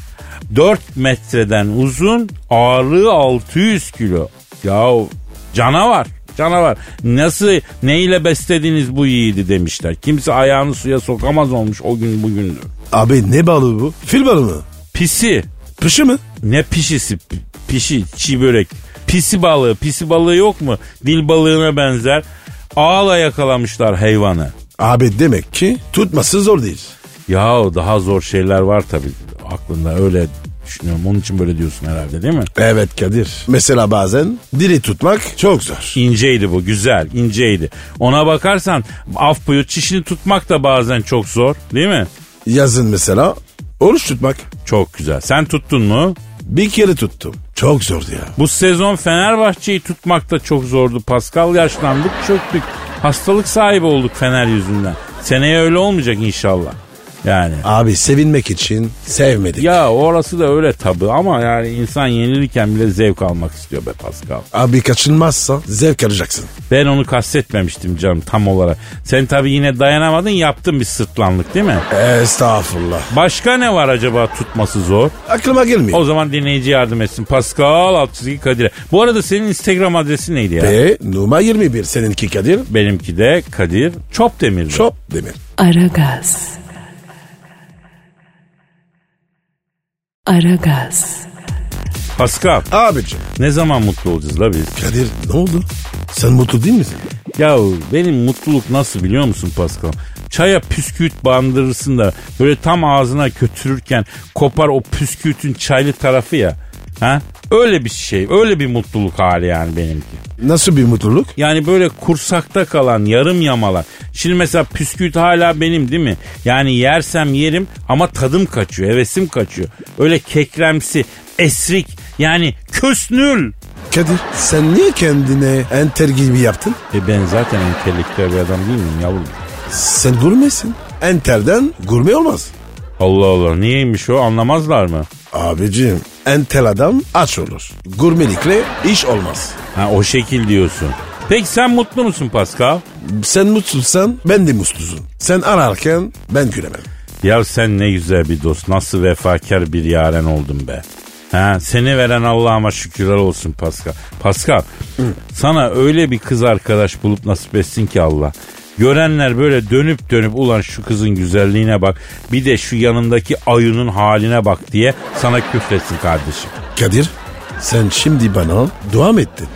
Speaker 2: 4 metreden uzun ağırlığı 600 kilo. Yahu canavar canavar. Nasıl neyle beslediniz bu yiğidi demişler. Kimse ayağını suya sokamaz olmuş o gün bugündür.
Speaker 3: Abi ne balığı bu? Fil balığı mı?
Speaker 2: Pisi
Speaker 3: Pışı mı?
Speaker 2: ne pişisi? P- Pişi, çiğ börek. Pisi balığı. Pisi balığı yok mu? Dil balığına benzer. Ağla yakalamışlar hayvanı.
Speaker 3: Abi demek ki tutması zor değil.
Speaker 2: Yahu daha zor şeyler var tabii. Aklında öyle düşünüyorum. Onun için böyle diyorsun herhalde değil mi?
Speaker 3: Evet Kadir. Mesela bazen dili tutmak çok zor.
Speaker 2: İnceydi bu güzel inceydi. Ona bakarsan af buyur çişini tutmak da bazen çok zor değil mi?
Speaker 3: Yazın mesela oruç tutmak.
Speaker 2: Çok güzel. Sen tuttun mu?
Speaker 3: Bir kere tuttum. Çok zordu ya.
Speaker 2: Bu sezon Fenerbahçe'yi tutmak da çok zordu Pascal. Yaşlandık, çöktük. Hastalık sahibi olduk Fener yüzünden. Seneye öyle olmayacak inşallah. Yani.
Speaker 3: Abi sevinmek için sevmedik.
Speaker 2: Ya orası da öyle tabi ama yani insan yenilirken bile zevk almak istiyor be Pascal.
Speaker 3: Abi kaçınmazsa zevk alacaksın.
Speaker 2: Ben onu kastetmemiştim canım tam olarak. Sen tabi yine dayanamadın yaptın bir sırtlanlık değil mi?
Speaker 3: Estağfurullah.
Speaker 2: Başka ne var acaba tutması zor?
Speaker 3: Aklıma gelmiyor.
Speaker 2: O zaman dinleyici yardım etsin. Pascal Altçizgi Kadir'e. Bu arada senin Instagram adresi neydi ya?
Speaker 3: Ve numara 21 seninki Kadir.
Speaker 2: Benimki de Kadir Çopdemir'di.
Speaker 3: Çok demir.
Speaker 1: Aragaz. Aragaz.
Speaker 2: Pascal
Speaker 3: Abicim.
Speaker 2: ne zaman mutlu olacağız la biz?
Speaker 3: Kadir ne oldu? Sen mutlu değil misin?
Speaker 2: Ya benim mutluluk nasıl biliyor musun Pascal? Çaya püsküvit bandırırsın da böyle tam ağzına götürürken kopar o püsküvitin çaylı tarafı ya. Ha? Öyle bir şey, öyle bir mutluluk hali yani benimki.
Speaker 3: Nasıl bir mutluluk?
Speaker 2: Yani böyle kursakta kalan yarım yamalar. Şimdi mesela püsküvit hala benim değil mi? Yani yersem yerim ama tadım kaçıyor, hevesim kaçıyor. Öyle kekremsi, esrik yani kösnül.
Speaker 3: Kadir sen niye kendine enter gibi yaptın?
Speaker 2: E ben zaten entelektüel bir adam değil miyim yavrum?
Speaker 3: Sen gurmesin. Enterden gurme olmaz.
Speaker 2: Allah Allah niyeymiş o anlamazlar mı?
Speaker 3: Abicim entel adam aç olur. Gurmelikle iş olmaz.
Speaker 2: Ha o şekil diyorsun. Peki sen mutlu musun Pascal?
Speaker 3: Sen mutsuzsan ben de mutsuzum. Sen ararken ben gülemem.
Speaker 2: Ya sen ne güzel bir dost nasıl vefakar bir yaren oldun be. Ha, seni veren Allah'ıma şükürler olsun Pascal. Pascal sana öyle bir kız arkadaş bulup nasip etsin ki Allah. Görenler böyle dönüp dönüp ulan şu kızın güzelliğine bak bir de şu yanındaki ayının haline bak diye sana küfretsin kardeşim.
Speaker 3: Kadir sen şimdi bana dua mı ettin?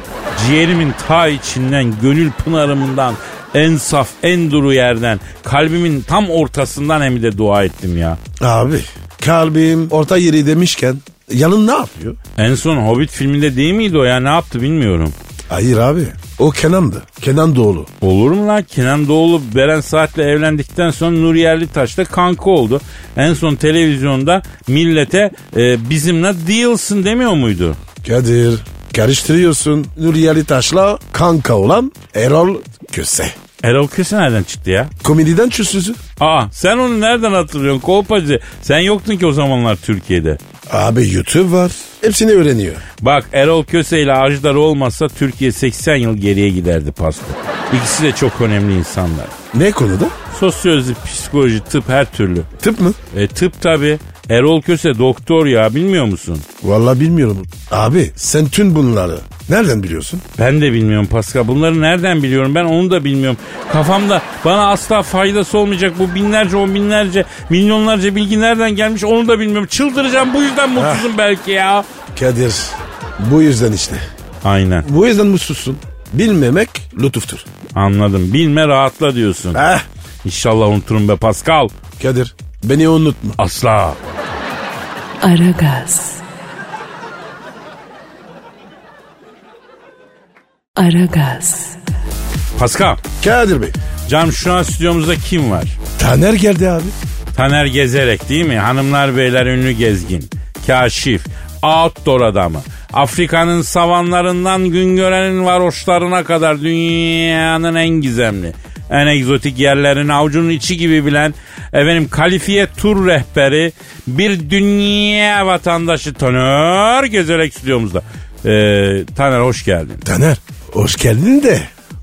Speaker 2: Ciğerimin ta içinden, gönül pınarımından, en saf, en duru yerden, kalbimin tam ortasından hem de dua ettim ya.
Speaker 3: Abi kalbim orta yeri demişken yanın ne yapıyor?
Speaker 2: En son Hobbit filminde değil miydi o ya ne yaptı bilmiyorum.
Speaker 3: Hayır abi o Kenan'dı. Kenan Doğulu.
Speaker 2: Olur mu lan? Kenan Doğulu Beren Saat'le evlendikten sonra Nur Yerlitaş'la kanka oldu. En son televizyonda millete e, bizimle değilsin demiyor muydu?
Speaker 3: Kadir karıştırıyorsun Nuriyeli Taş'la kanka olan Erol Köse.
Speaker 2: Erol Köse nereden çıktı ya?
Speaker 3: Komediden çüsüzü.
Speaker 2: Aa sen onu nereden hatırlıyorsun kolpacı? Sen yoktun ki o zamanlar Türkiye'de.
Speaker 3: Abi YouTube var. Hepsini öğreniyor.
Speaker 2: Bak Erol Köse ile Ajdar olmazsa Türkiye 80 yıl geriye giderdi pasta. İkisi de çok önemli insanlar.
Speaker 3: Ne konuda?
Speaker 2: Sosyoloji, psikoloji, tıp her türlü.
Speaker 3: Tıp mı?
Speaker 2: E, tıp tabi. Erol Köse doktor ya bilmiyor musun?
Speaker 3: Vallahi bilmiyorum. Abi sen tüm bunları nereden biliyorsun?
Speaker 2: Ben de bilmiyorum Pascal. Bunları nereden biliyorum ben onu da bilmiyorum. Kafamda bana asla faydası olmayacak bu binlerce on binlerce milyonlarca bilgi nereden gelmiş onu da bilmiyorum. Çıldıracağım bu yüzden mutsuzum belki ya.
Speaker 3: Kadir bu yüzden işte.
Speaker 2: Aynen.
Speaker 3: Bu yüzden mutsuzsun. Bilmemek lütuftur.
Speaker 2: Anladım. Bilme rahatla diyorsun.
Speaker 3: Heh.
Speaker 2: İnşallah unuturum be Pascal.
Speaker 3: Kadir beni unutma.
Speaker 2: Asla.
Speaker 1: Aragaz. Aragaz.
Speaker 2: Pascal.
Speaker 3: Kadir Bey.
Speaker 2: Cam şu an stüdyomuzda kim var?
Speaker 3: Taner geldi abi.
Speaker 2: Taner Gezerek değil mi? Hanımlar beyler ünlü gezgin. Kaşif. Outdoor adamı. Afrika'nın savanlarından Güngören'in varoşlarına kadar dünyanın en gizemli, en egzotik yerlerini avucunun içi gibi bilen efendim kalifiye tur rehberi bir dünya vatandaşı Taner Gezerek stüdyomuzda. Ee, Taner hoş geldin.
Speaker 3: Taner hoş geldin de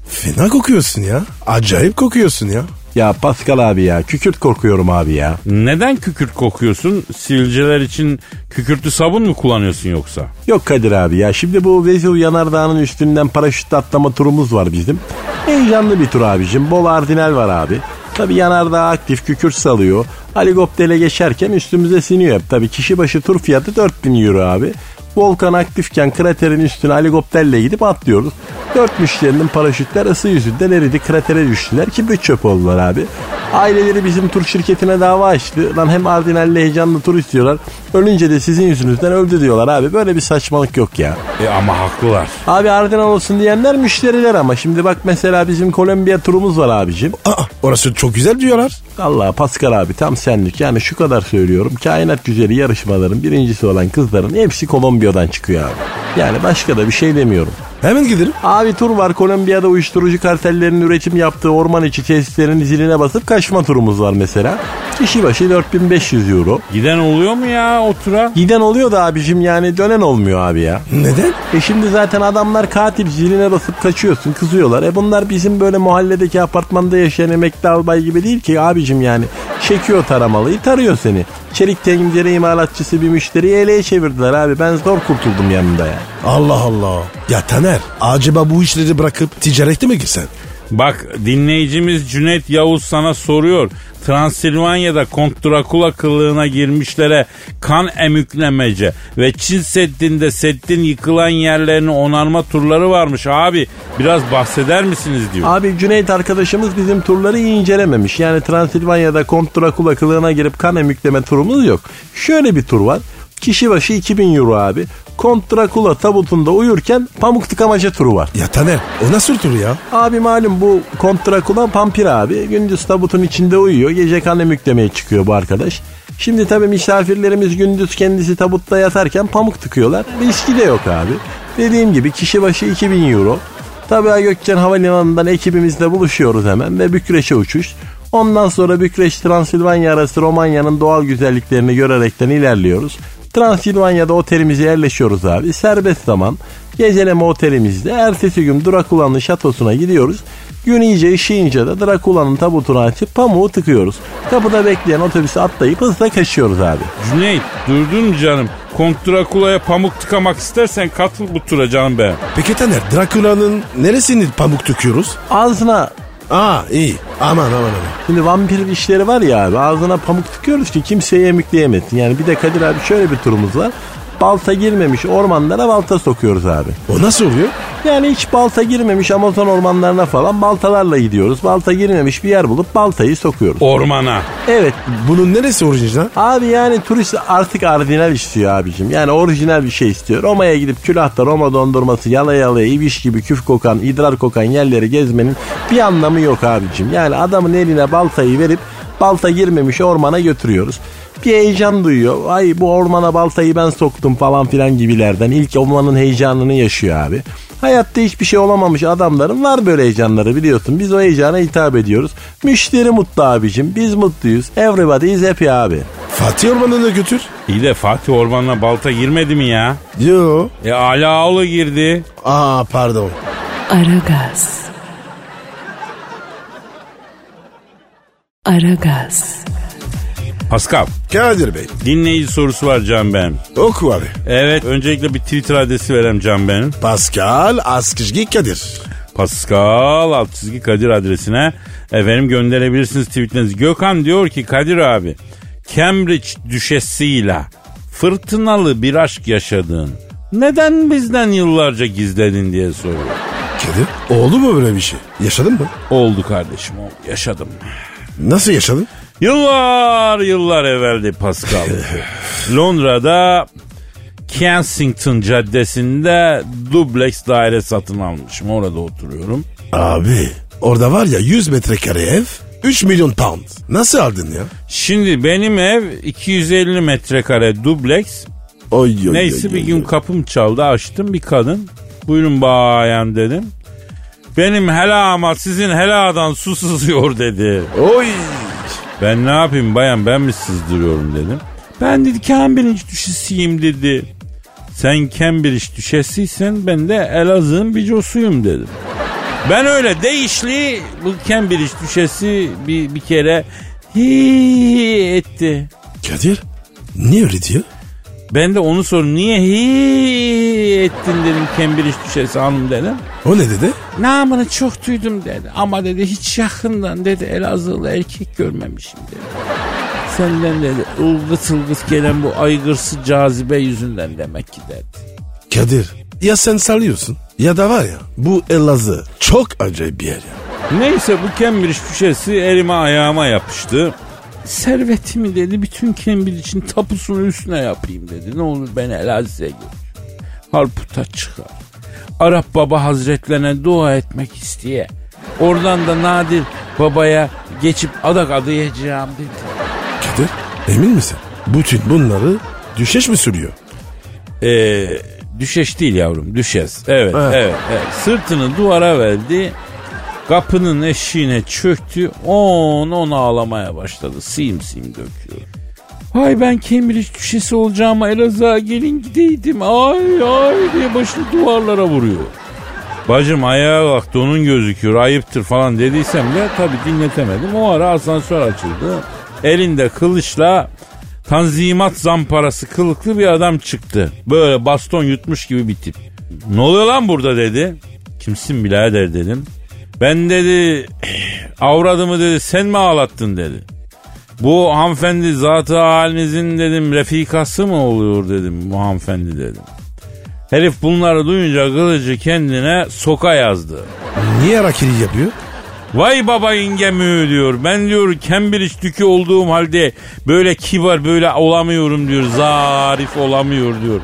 Speaker 3: fena kokuyorsun ya. Acayip kokuyorsun ya.
Speaker 4: Ya Pascal abi ya kükürt korkuyorum abi ya.
Speaker 2: Neden kükürt kokuyorsun? Sivilceler için kükürtlü sabun mu kullanıyorsun yoksa?
Speaker 4: Yok Kadir abi ya şimdi bu Vezil Yanardağ'ın üstünden paraşütle atlama turumuz var bizim. Heyecanlı bir tur abicim. Bol ardinal var abi. Tabi yanardağ aktif kükürt salıyor. Helikopterle geçerken üstümüze siniyor hep. Tabi kişi başı tur fiyatı 4000 euro abi. Volkan aktifken kraterin üstüne helikopterle gidip atlıyoruz. Dört müşterinin paraşütler ısı yüzünden eridi kratere düştüler ki bir çöp oldular abi. Aileleri bizim tur şirketine dava açtı. Lan hem ardinalli heyecanlı tur istiyorlar. Ölünce de sizin yüzünüzden öldü diyorlar abi. Böyle bir saçmalık yok ya.
Speaker 2: E ama haklılar.
Speaker 4: Abi ardinal olsun diyenler müşteriler ama. Şimdi bak mesela bizim Kolombiya turumuz var abicim.
Speaker 3: Aa, orası çok güzel diyorlar.
Speaker 4: Allah Pascal abi tam senlik. Yani şu kadar söylüyorum. Kainat güzeli yarışmaların birincisi olan kızların hepsi Kolombiya'dan çıkıyor abi. Yani başka da bir şey demiyorum.
Speaker 3: Hemen gidelim.
Speaker 4: Abi tur var Kolombiya'da uyuşturucu kartellerinin üretim yaptığı orman içi tesislerin ziline basıp kaçma turumuz var mesela. Kişi başı 4500 euro.
Speaker 2: Giden oluyor mu ya o tura?
Speaker 4: Giden oluyor da abicim yani dönen olmuyor abi ya.
Speaker 3: Neden?
Speaker 4: E şimdi zaten adamlar katil ziline basıp kaçıyorsun kızıyorlar. E bunlar bizim böyle mahalledeki apartmanda yaşayan emekli albay gibi değil ki abicim yani. Çekiyor taramalıyı tarıyor seni. Çelik tencere imalatçısı bir müşteriyi eleye çevirdiler abi ben zor kurtuldum yanında ya.
Speaker 3: Allah Allah. Ya Taner acaba bu işleri bırakıp ticarete mi girsen?
Speaker 2: Bak dinleyicimiz Cüneyt Yavuz sana soruyor. Transilvanya'da Kont Drakula kılığına girmişlere kan emüklemece ve Çin Seddi'nde Seddin yıkılan yerlerini onarma turları varmış abi. Biraz bahseder misiniz diyor.
Speaker 4: Abi Cüneyt arkadaşımız bizim turları iyi incelememiş. Yani Transilvanya'da Kont Drakula kılığına girip kan emükleme turumuz yok. Şöyle bir tur var. Kişi başı 2000 euro abi. Kont Drakula tabutunda uyurken pamuk tıkamaca turu var.
Speaker 3: Ya Taner o nasıl tur ya?
Speaker 4: Abi malum bu Kont Drakula vampir abi. Gündüz tabutun içinde uyuyor. Gece kan emüklemeye çıkıyor bu arkadaş. Şimdi tabii misafirlerimiz gündüz kendisi tabutta yatarken pamuk tıkıyorlar. Riski de yok abi. Dediğim gibi kişi başı 2000 euro. Tabii Gökçen Havalimanı'ndan ekibimizle buluşuyoruz hemen ve Bükreş'e uçuş. Ondan sonra Bükreş Transilvanya arası Romanya'nın doğal güzelliklerini görerekten ilerliyoruz. Transilvanya'da otelimize yerleşiyoruz abi. Serbest zaman. Geceleme otelimizde. Ertesi gün Drakula'nın şatosuna gidiyoruz. Gün iyice ışıyınca da Drakula'nın tabutunu açıp pamuğu tıkıyoruz. Kapıda bekleyen otobüse atlayıp hızla kaçıyoruz abi.
Speaker 2: Cüneyt durdun mu canım? Kont Drakula'ya pamuk tıkamak istersen katıl bu tura canım be.
Speaker 3: Peki Taner Drakula'nın neresini pamuk tüküyoruz?
Speaker 4: Ağzına
Speaker 3: Aa iyi. Aman aman aman.
Speaker 4: Şimdi vampir işleri var ya abi ağzına pamuk tıkıyoruz ki kimseye emükleyemesin. Yani bir de Kadir abi şöyle bir turumuz var. Balta girmemiş ormanlara balta sokuyoruz abi.
Speaker 3: O nasıl oluyor?
Speaker 4: Yani hiç balta girmemiş Amazon ormanlarına falan baltalarla gidiyoruz. Balta girmemiş bir yer bulup baltayı sokuyoruz.
Speaker 2: Ormana.
Speaker 4: Evet
Speaker 3: Bunun neresi orijinal?
Speaker 4: Abi yani turist artık orijinal istiyor abicim. Yani orijinal bir şey istiyor. Roma'ya gidip külahta Roma dondurması yala yala ibiş gibi küf kokan idrar kokan yerleri gezmenin bir anlamı yok abicim. Yani adamın eline baltayı verip balta girmemiş ormana götürüyoruz. Bir heyecan duyuyor. Ay bu ormana baltayı ben soktum falan filan gibilerden. İlk ormanın heyecanını yaşıyor abi. Hayatta hiçbir şey olamamış adamların var böyle heyecanları biliyorsun. Biz o heyecana hitap ediyoruz. Müşteri mutlu abicim. Biz mutluyuz. Everybody is happy abi.
Speaker 3: Fatih Ormanı'na götür.
Speaker 2: İyi de Fatih Orman'la balta girmedi mi ya?
Speaker 3: Yo.
Speaker 2: E Ala Ağoğlu girdi.
Speaker 3: Aa pardon.
Speaker 1: Aragaz. Aragaz.
Speaker 2: Pascal
Speaker 3: Kadir Bey
Speaker 2: dinleyici sorusu var Can Ben.
Speaker 3: oku abi.
Speaker 2: Evet öncelikle bir Twitter adresi verem Can Ben'in.
Speaker 3: Pascal Askışgi Kadir.
Speaker 2: Pascal alt çizgi Kadir adresine efendim gönderebilirsiniz tweetlerinizi. Gökhan diyor ki Kadir abi Cambridge düşesiyle fırtınalı bir aşk yaşadın. Neden bizden yıllarca gizledin diye soruyor.
Speaker 3: Kadir oldu mu böyle bir şey? Yaşadın mı?
Speaker 2: Oldu kardeşim oldu. Yaşadım.
Speaker 3: Nasıl yaşadın?
Speaker 2: Yıllar yıllar evveldi Pascal. Londra'da Kensington Caddesi'nde dubleks daire satın almışım. Orada oturuyorum.
Speaker 3: Abi orada var ya 100 metrekare ev 3 milyon pound. Nasıl aldın ya?
Speaker 2: Şimdi benim ev 250 metrekare dubleks.
Speaker 3: Oy, oy,
Speaker 2: Neyse
Speaker 3: oy,
Speaker 2: bir
Speaker 3: oy,
Speaker 2: gün
Speaker 3: oy.
Speaker 2: kapım çaldı açtım bir kadın. Buyurun bayan dedim. Benim helama sizin heladan su sızıyor dedi.
Speaker 3: Oy.
Speaker 2: Ben ne yapayım bayan ben mi sızdırıyorum dedim. Ben dedi Cambridge düşesiyim dedi. Sen Cambridge düşesiysen ben de Elazığ'ın bir cosuyum dedim. Ben öyle değişli bu Cambridge düşesi bir, bir kere hi etti.
Speaker 3: Kadir niye öyle diyor?
Speaker 2: Ben de onu sordum niye hi ettin dedim Cambridge düşesi hanım dedim.
Speaker 3: O ne dedi?
Speaker 2: Namını çok duydum dedi. Ama dedi hiç yakından dedi Elazığlı erkek görmemişim dedi. Senden dedi ılgıt ılgıt gelen bu aygırsı cazibe yüzünden demek ki dedi.
Speaker 3: Kadir ya sen sallıyorsun ya da var ya bu Elazığ çok acayip bir yer ya.
Speaker 2: Neyse bu Cambridge düşesi elime ayağıma yapıştı. Servetimi dedi bütün Cambridge için tapusunu üstüne yapayım dedi. Ne olur beni Elazığ'a götür. Harput'a çıkar. Arap Baba Hazretlerine dua etmek isteye. Oradan da Nadir Baba'ya geçip adak adayacağım dedi.
Speaker 3: Kadir emin misin? Bütün bunları düşeş mi sürüyor?
Speaker 2: Ee, düşeş değil yavrum düşes. Evet,
Speaker 3: Evet.
Speaker 2: evet evet. Sırtını duvara verdi. Kapının eşiğine çöktü. On on ağlamaya başladı. Sim sim döküyor. Ay ben Cambridge düşesi olacağıma Elazığ'a gelin gideydim. Ay ay diye başını duvarlara vuruyor. Bacım ayağa bak donun gözüküyor ayıptır falan dediysem de tabi dinletemedim. O ara asansör açıldı. Elinde kılıçla tanzimat zamparası kılıklı bir adam çıktı. Böyle baston yutmuş gibi bir tip. Ne oluyor lan burada dedi. Kimsin birader dedim. Ben dedi "Eh, avradımı dedi sen mi ağlattın dedi. Bu hanımefendi zatı halinizin dedim refikası mı oluyor dedim bu hanımefendi dedim. Herif bunları duyunca kılıcı kendine soka yazdı.
Speaker 3: Niye rakili yapıyor?
Speaker 2: Vay baba ingemü diyor. Ben diyor Cambridge dükü olduğum halde böyle kibar böyle olamıyorum diyor. Zarif olamıyor diyor.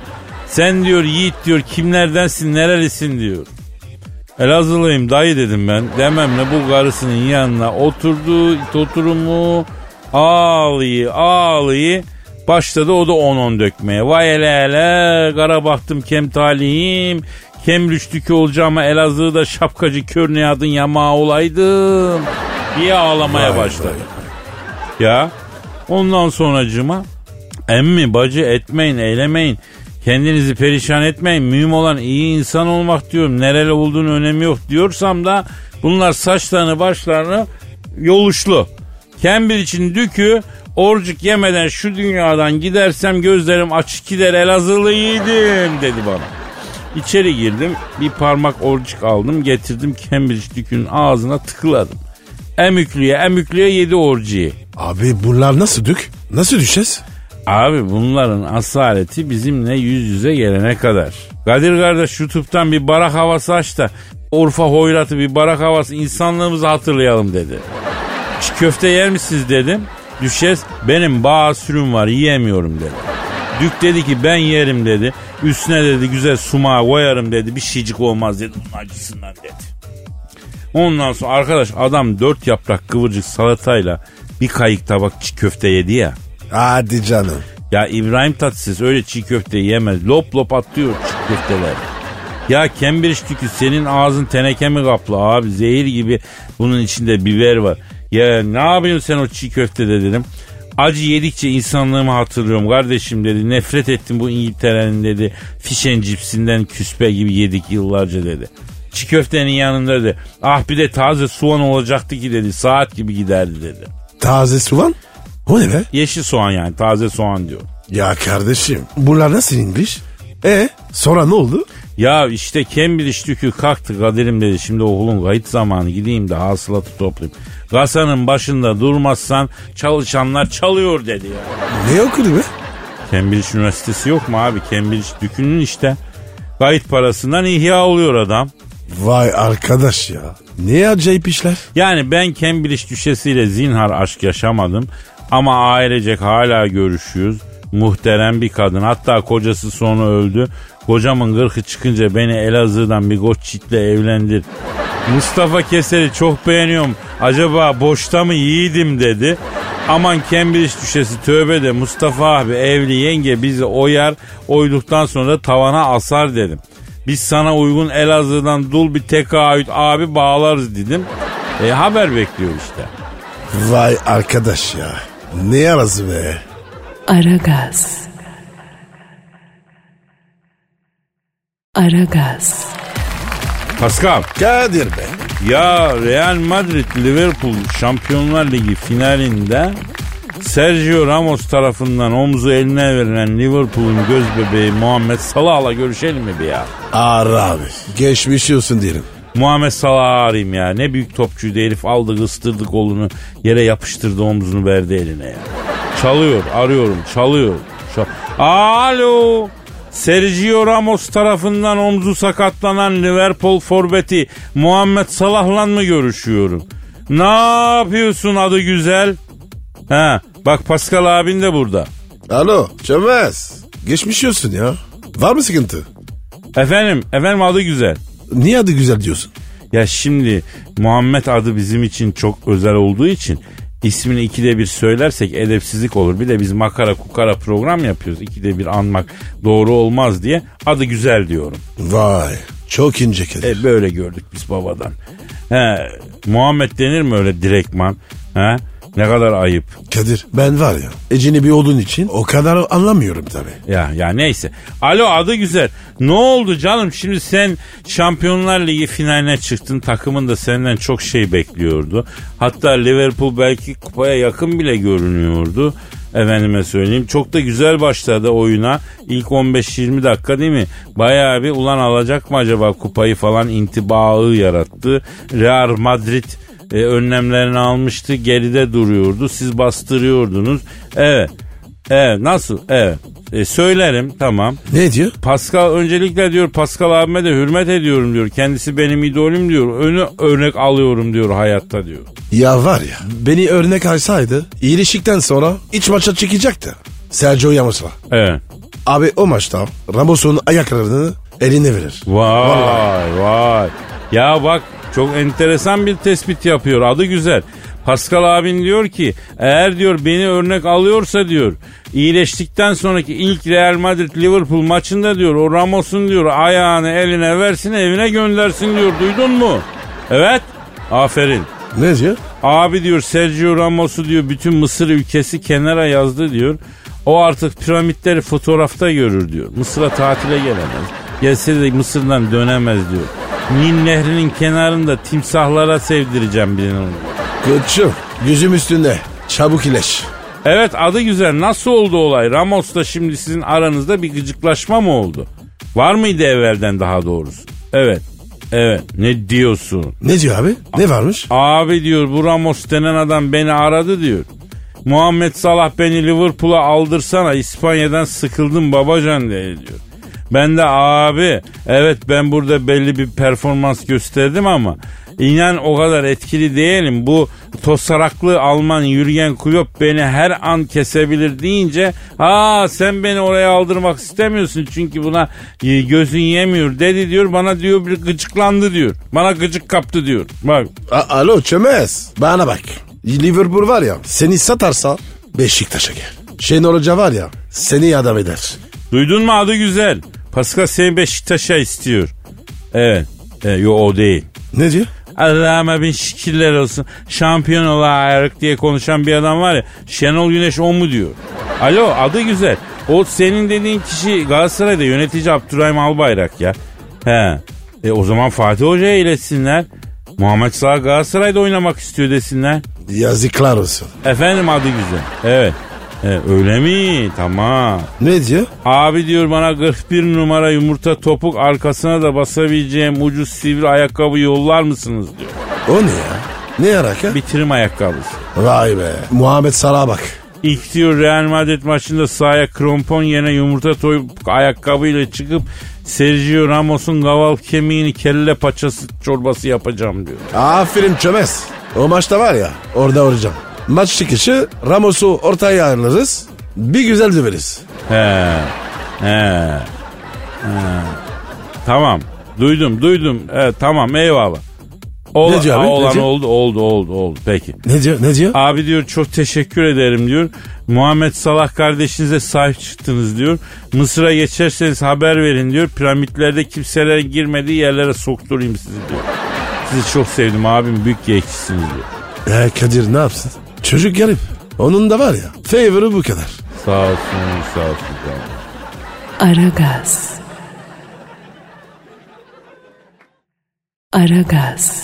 Speaker 2: Sen diyor yiğit diyor kimlerdensin nerelisin diyor. Elazığlıyım dayı dedim ben. Dememle bu karısının yanına oturdu. it Oturumu ağlayı ağlayı başladı o da 10-10 dökmeye. Vay hele hele kara baktım kem talihim. Kemrüçtükü olacağıma Elazığ'da şapkacı kör niyadın yamağı olaydım diye ağlamaya
Speaker 3: Vay
Speaker 2: başladı. Ya ondan sonracıma emmi bacı etmeyin eylemeyin. Kendinizi perişan etmeyin. Mühim olan iyi insan olmak diyorum. Nereli olduğunun önemi yok diyorsam da bunlar saçlarını başlarını yoluşlu. için dükü orcuk yemeden şu dünyadan gidersem gözlerim açık gider Elazığlı yiğidim dedi bana. İçeri girdim bir parmak orcuk aldım getirdim Cambridge dükünün ağzına tıkıladım. Emüklüye emüklüye yedi orcuyu.
Speaker 3: Abi bunlar nasıl dük? Nasıl düşeceğiz?
Speaker 2: Abi bunların asaleti bizimle yüz yüze gelene kadar. Kadir kardeş YouTube'dan bir barak havası aç da Urfa hoyratı bir barak havası insanlığımızı hatırlayalım dedi. Çiğ köfte yer misiniz dedim. Düşes benim bağ sürüm var yiyemiyorum dedi. Dük dedi ki ben yerim dedi. Üstüne dedi güzel sumağı koyarım dedi. Bir şeycik olmaz dedi onun acısından dedi. Ondan sonra arkadaş adam dört yaprak kıvırcık salatayla bir kayık tabak çiğ köfte yedi ya.
Speaker 3: Hadi canım.
Speaker 2: Ya İbrahim Tatlıses öyle çiğ köfte yemez. Lop lop atlıyor çiğ köfteler. Ya Cambridge tükü senin ağzın teneke mi kaplı abi? Zehir gibi bunun içinde biber var. Ya ne yapıyorsun sen o çiğ köftede dedim. Acı yedikçe insanlığımı hatırlıyorum kardeşim dedi. Nefret ettim bu İngiltere'nin dedi. Fişen cipsinden küspe gibi yedik yıllarca dedi. Çiğ köftenin yanında dedi. Ah bir de taze soğan olacaktı ki dedi. Saat gibi giderdi dedi.
Speaker 3: Taze suvan? O ne be?
Speaker 2: Yeşil soğan yani taze soğan diyor.
Speaker 3: Ya kardeşim bunlar nasıl İngiliz? E sonra ne oldu?
Speaker 2: Ya işte Cambridge tükü kalktı Kadir'im dedi. Şimdi okulun kayıt zamanı gideyim de hasılatı toplayayım. Kasanın başında durmazsan çalışanlar çalıyor dedi ya.
Speaker 3: Ne okudu be?
Speaker 2: Cambridge Üniversitesi yok mu abi? Cambridge dükünün işte. Kayıt parasından ihya oluyor adam.
Speaker 3: Vay arkadaş ya. Ne acayip işler?
Speaker 2: Yani ben Cambridge düşesiyle zinhar aşk yaşamadım. Ama ailecek hala görüşüyoruz. Muhterem bir kadın. Hatta kocası sonra öldü. Kocamın gırkı çıkınca beni Elazığ'dan bir goç çitle evlendir. Mustafa Keser'i çok beğeniyorum. Acaba boşta mı yiğidim dedi. Aman Cambridge düşesi tövbe de Mustafa abi evli yenge bizi oyar. Oyduktan sonra da tavana asar dedim. Biz sana uygun Elazığ'dan dul bir tekaüt abi bağlarız dedim. E, haber bekliyor işte.
Speaker 3: Vay arkadaş ya. Ne yarası be?
Speaker 1: Aragaz. Aragaz.
Speaker 2: Pascal
Speaker 3: Kadir be.
Speaker 2: ya Real Madrid Liverpool Şampiyonlar Ligi finalinde Sergio Ramos tarafından omzu eline verilen Liverpool'un göz bebeği Muhammed Salah'la görüşelim mi bir ya?
Speaker 3: Ağır abi. Geçmiş olsun diyelim.
Speaker 2: Muhammed Salah'ı arayayım ya. Ne büyük topçuydu herif. Aldı ıstırdı kolunu. Yere yapıştırdı omzunu verdi eline ya. Çalıyor arıyorum çalıyor. Çal- Alo. Sergio Ramos tarafından omzu sakatlanan Liverpool forveti Muhammed Salah'la mı görüşüyorum? Ne yapıyorsun adı güzel? Ha, bak Pascal abin de burada.
Speaker 3: Alo Çömez. Geçmiş olsun ya. Var mı sıkıntı?
Speaker 2: Efendim, efendim adı güzel.
Speaker 3: Niye adı güzel diyorsun?
Speaker 2: Ya şimdi Muhammed adı bizim için çok özel olduğu için ismini ikide bir söylersek edepsizlik olur. Bir de biz makara kukara program yapıyoruz. İkide bir anmak doğru olmaz diye adı güzel diyorum.
Speaker 3: Vay çok ince Kadir.
Speaker 2: E böyle gördük biz babadan. He, Muhammed denir mi öyle direktman? He, ne kadar ayıp.
Speaker 3: E, Kadir ben var ya ecnebi olduğun için o kadar anlamıyorum tabii.
Speaker 2: Ya ya neyse. Alo adı güzel. Ne oldu canım? Şimdi sen Şampiyonlar Ligi finaline çıktın. Takımın da senden çok şey bekliyordu. Hatta Liverpool belki kupaya yakın bile görünüyordu. Efendime söyleyeyim. Çok da güzel başladı oyuna. İlk 15-20 dakika değil mi? Bayağı bir ulan alacak mı acaba kupayı falan intibağı yarattı. Real Madrid e, önlemlerini almıştı. Geride duruyordu. Siz bastırıyordunuz. Evet. Evet nasıl? Evet. E, söylerim tamam.
Speaker 3: Ne diyor?
Speaker 2: Pascal öncelikle diyor Pascal abime de hürmet ediyorum diyor. Kendisi benim idolüm diyor. Önü örnek alıyorum diyor hayatta diyor.
Speaker 3: Ya var ya beni örnek alsaydı iyileşikten sonra iç maça çıkacaktı. Sergio Ramos'la.
Speaker 2: Evet.
Speaker 3: Abi o maçta Ramos'un ayaklarını eline verir.
Speaker 2: Vay vay. Ya bak çok enteresan bir tespit yapıyor. Adı güzel. Pascal abin diyor ki eğer diyor beni örnek alıyorsa diyor iyileştikten sonraki ilk Real Madrid Liverpool maçında diyor o Ramos'un diyor ayağını eline versin evine göndersin diyor duydun mu? Evet aferin.
Speaker 3: Ne diyor?
Speaker 2: Abi diyor Sergio Ramos'u diyor bütün Mısır ülkesi kenara yazdı diyor. O artık piramitleri fotoğrafta görür diyor. Mısır'a tatile gelemez. Gelse de Mısır'dan dönemez diyor. Nil nehrinin kenarında timsahlara sevdireceğim birini. onu.
Speaker 3: Koçum gözüm üstünde çabuk iyileş.
Speaker 2: Evet adı güzel. Nasıl oldu olay? Ramos'la şimdi sizin aranızda bir gıcıklaşma mı oldu? Var mıydı evvelden daha doğrusu? Evet. Evet. Ne diyorsun?
Speaker 3: Ne diyor abi? Ne varmış?
Speaker 2: Abi diyor bu Ramos denen adam beni aradı diyor. Muhammed Salah beni Liverpool'a aldırsana İspanya'dan sıkıldım babacan diye diyor. Ben de abi evet ben burada belli bir performans gösterdim ama inan o kadar etkili değilim. Bu tosaraklı Alman Jürgen Klopp beni her an kesebilir deyince ha sen beni oraya aldırmak istemiyorsun çünkü buna e, gözün yemiyor dedi diyor bana diyor bir gıcıklandı diyor. Bana gıcık kaptı diyor. Bak
Speaker 3: A- Alo çömez. Bana bak. Liverpool var ya seni satarsa Beşiktaş'a gel. Şenol Hoca var ya seni adam eder.
Speaker 2: Duydun mu adı güzel. Pascal seni Beşiktaş'a istiyor. Evet. E, yo o değil.
Speaker 3: Ne diyor?
Speaker 2: Allah'ıma bin şükürler olsun. Şampiyon ola ayrık diye konuşan bir adam var ya. Şenol Güneş o mu diyor. Alo adı güzel. O senin dediğin kişi Galatasaray'da yönetici Abdurrahim Albayrak ya. He. E, o zaman Fatih Hoca'ya iletsinler. Muhammed Salah Galatasaray'da oynamak istiyor desinler.
Speaker 3: Yazıklar olsun.
Speaker 2: Efendim adı güzel. Evet. E, öyle mi? Tamam.
Speaker 3: Ne diyor?
Speaker 2: Abi diyor bana 41 numara yumurta topuk arkasına da basabileceğim ucuz sivri ayakkabı yollar mısınız diyor.
Speaker 3: O ne ya? Ne yaraka?
Speaker 2: Bitirim ayakkabısı.
Speaker 3: Vay be. Muhammed Salah'a bak.
Speaker 2: İlk diyor Real Madrid maçında sahaya krompon yerine yumurta toyup ayakkabıyla çıkıp Sergio Ramos'un gaval kemiğini kelle paçası çorbası yapacağım diyor.
Speaker 3: Aferin çömez. O maçta var ya orada olacağım. Maç çıkışı Ramos'u ortaya ayırırız. Bir güzel döveriz.
Speaker 2: He. He. He. Tamam. Duydum duydum. He, tamam eyvallah. Ola,
Speaker 3: Ne diyor abi? Ne
Speaker 2: Olan
Speaker 3: diyor?
Speaker 2: oldu oldu oldu oldu. Peki.
Speaker 3: Ne diyor? Ne diyor?
Speaker 2: Abi diyor çok teşekkür ederim diyor. Muhammed Salah kardeşinize sahip çıktınız diyor. Mısır'a geçerseniz haber verin diyor. Piramitlerde kimselerin girmediği yerlere sokturayım sizi diyor. Sizi çok sevdim abim büyük geçsiniz diyor.
Speaker 3: Ya Kadir ne yapsın? Çocuk garip. Onun da var ya favor'ı bu kadar.
Speaker 2: Sağ olsun sağ olsun. canım.
Speaker 1: Aragaz. Aragaz.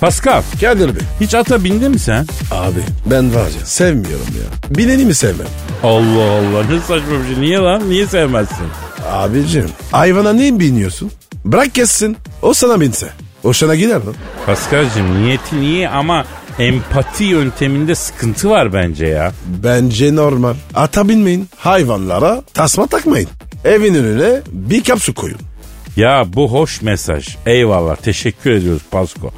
Speaker 2: Pascal
Speaker 3: Kadir Bey.
Speaker 2: hiç ata bindin mi sen?
Speaker 3: Abi ben var ya sevmiyorum ya. Bineni mi sevmem?
Speaker 2: Allah Allah ne saçma bir şey. Niye lan? Niye sevmezsin?
Speaker 3: Abicim hayvana niye biniyorsun? Bırak kessin. O sana binse. Hoşuna gider mi?
Speaker 2: Paskal'cığım niyeti niye ama empati yönteminde sıkıntı var bence ya.
Speaker 3: Bence normal. Ata binmeyin. Hayvanlara tasma takmayın. Evin önüne bir kap su koyun.
Speaker 2: Ya bu hoş mesaj. Eyvallah teşekkür ediyoruz Pasko.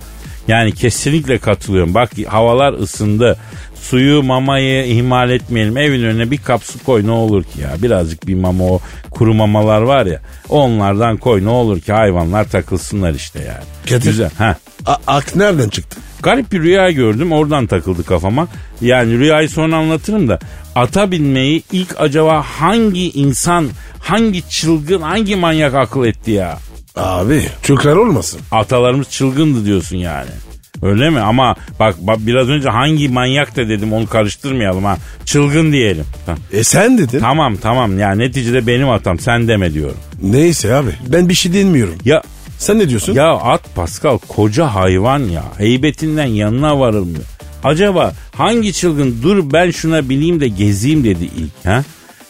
Speaker 2: Yani kesinlikle katılıyorum. Bak havalar ısındı. Suyu mamayı ihmal etmeyelim. Evin önüne bir kap su koy ne olur ki ya. Birazcık bir mama o kuru mamalar var ya. Onlardan koy ne olur ki hayvanlar takılsınlar işte yani.
Speaker 3: Kadir.
Speaker 2: Güzel. Ha.
Speaker 3: A- ak nereden çıktı?
Speaker 2: Garip bir rüya gördüm oradan takıldı kafama. Yani rüyayı sonra anlatırım da ata binmeyi ilk acaba hangi insan, hangi çılgın, hangi manyak akıl etti ya?
Speaker 3: Abi çocuklar olmasın.
Speaker 2: Atalarımız çılgındı diyorsun yani. Öyle mi? Ama bak, bak biraz önce hangi manyak da dedim onu karıştırmayalım ha. Çılgın diyelim. Ha,
Speaker 3: E sen dedin.
Speaker 2: Tamam tamam yani neticede benim atam sen deme diyorum.
Speaker 3: Neyse abi ben bir şey demiyorum.
Speaker 2: Ya
Speaker 3: Sen ne diyorsun?
Speaker 2: Ya at Pascal koca hayvan ya. Heybetinden yanına varılmıyor. Acaba hangi çılgın dur ben şuna bileyim de gezeyim dedi ilk ha?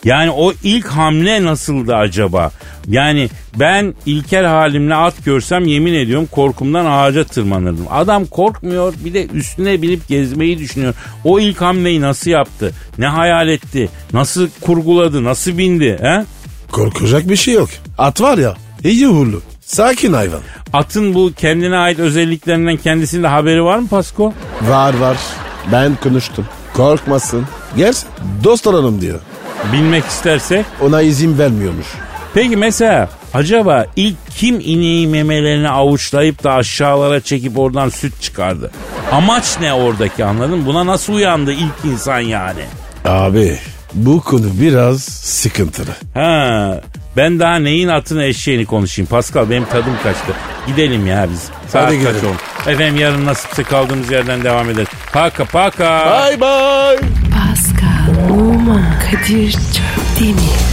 Speaker 2: Yani o ilk hamle nasıldı acaba? Yani ben ilkel halimle at görsem yemin ediyorum korkumdan ağaca tırmanırdım. Adam korkmuyor bir de üstüne binip gezmeyi düşünüyor. O ilk hamleyi nasıl yaptı? Ne hayal etti? Nasıl kurguladı? Nasıl bindi? He?
Speaker 3: Korkacak bir şey yok. At var ya iyi hurlu. Sakin hayvan.
Speaker 2: Atın bu kendine ait özelliklerinden kendisinde haberi var mı Pasko?
Speaker 3: Var var. Ben konuştum. Korkmasın. Gel dost olalım diyor.
Speaker 2: Bilmek istersek.
Speaker 3: Ona izin vermiyormuş.
Speaker 2: Peki mesela acaba ilk kim ineği memelerini avuçlayıp da aşağılara çekip oradan süt çıkardı? Amaç ne oradaki anladın mı? Buna nasıl uyandı ilk insan yani?
Speaker 3: Abi bu konu biraz sıkıntılı.
Speaker 2: Ha, ben daha neyin atını eşeğini konuşayım. Pascal benim tadım kaçtı. Gidelim ya biz. Saat
Speaker 3: Hadi
Speaker 2: kaç
Speaker 3: gidelim.
Speaker 2: oldu? Efendim yarın nasipse kaldığımız yerden devam ederiz. Paka paka.
Speaker 3: Bay bay.
Speaker 1: Pascal, Oman, Kadir çok değil mi?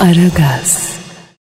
Speaker 1: Aragaz.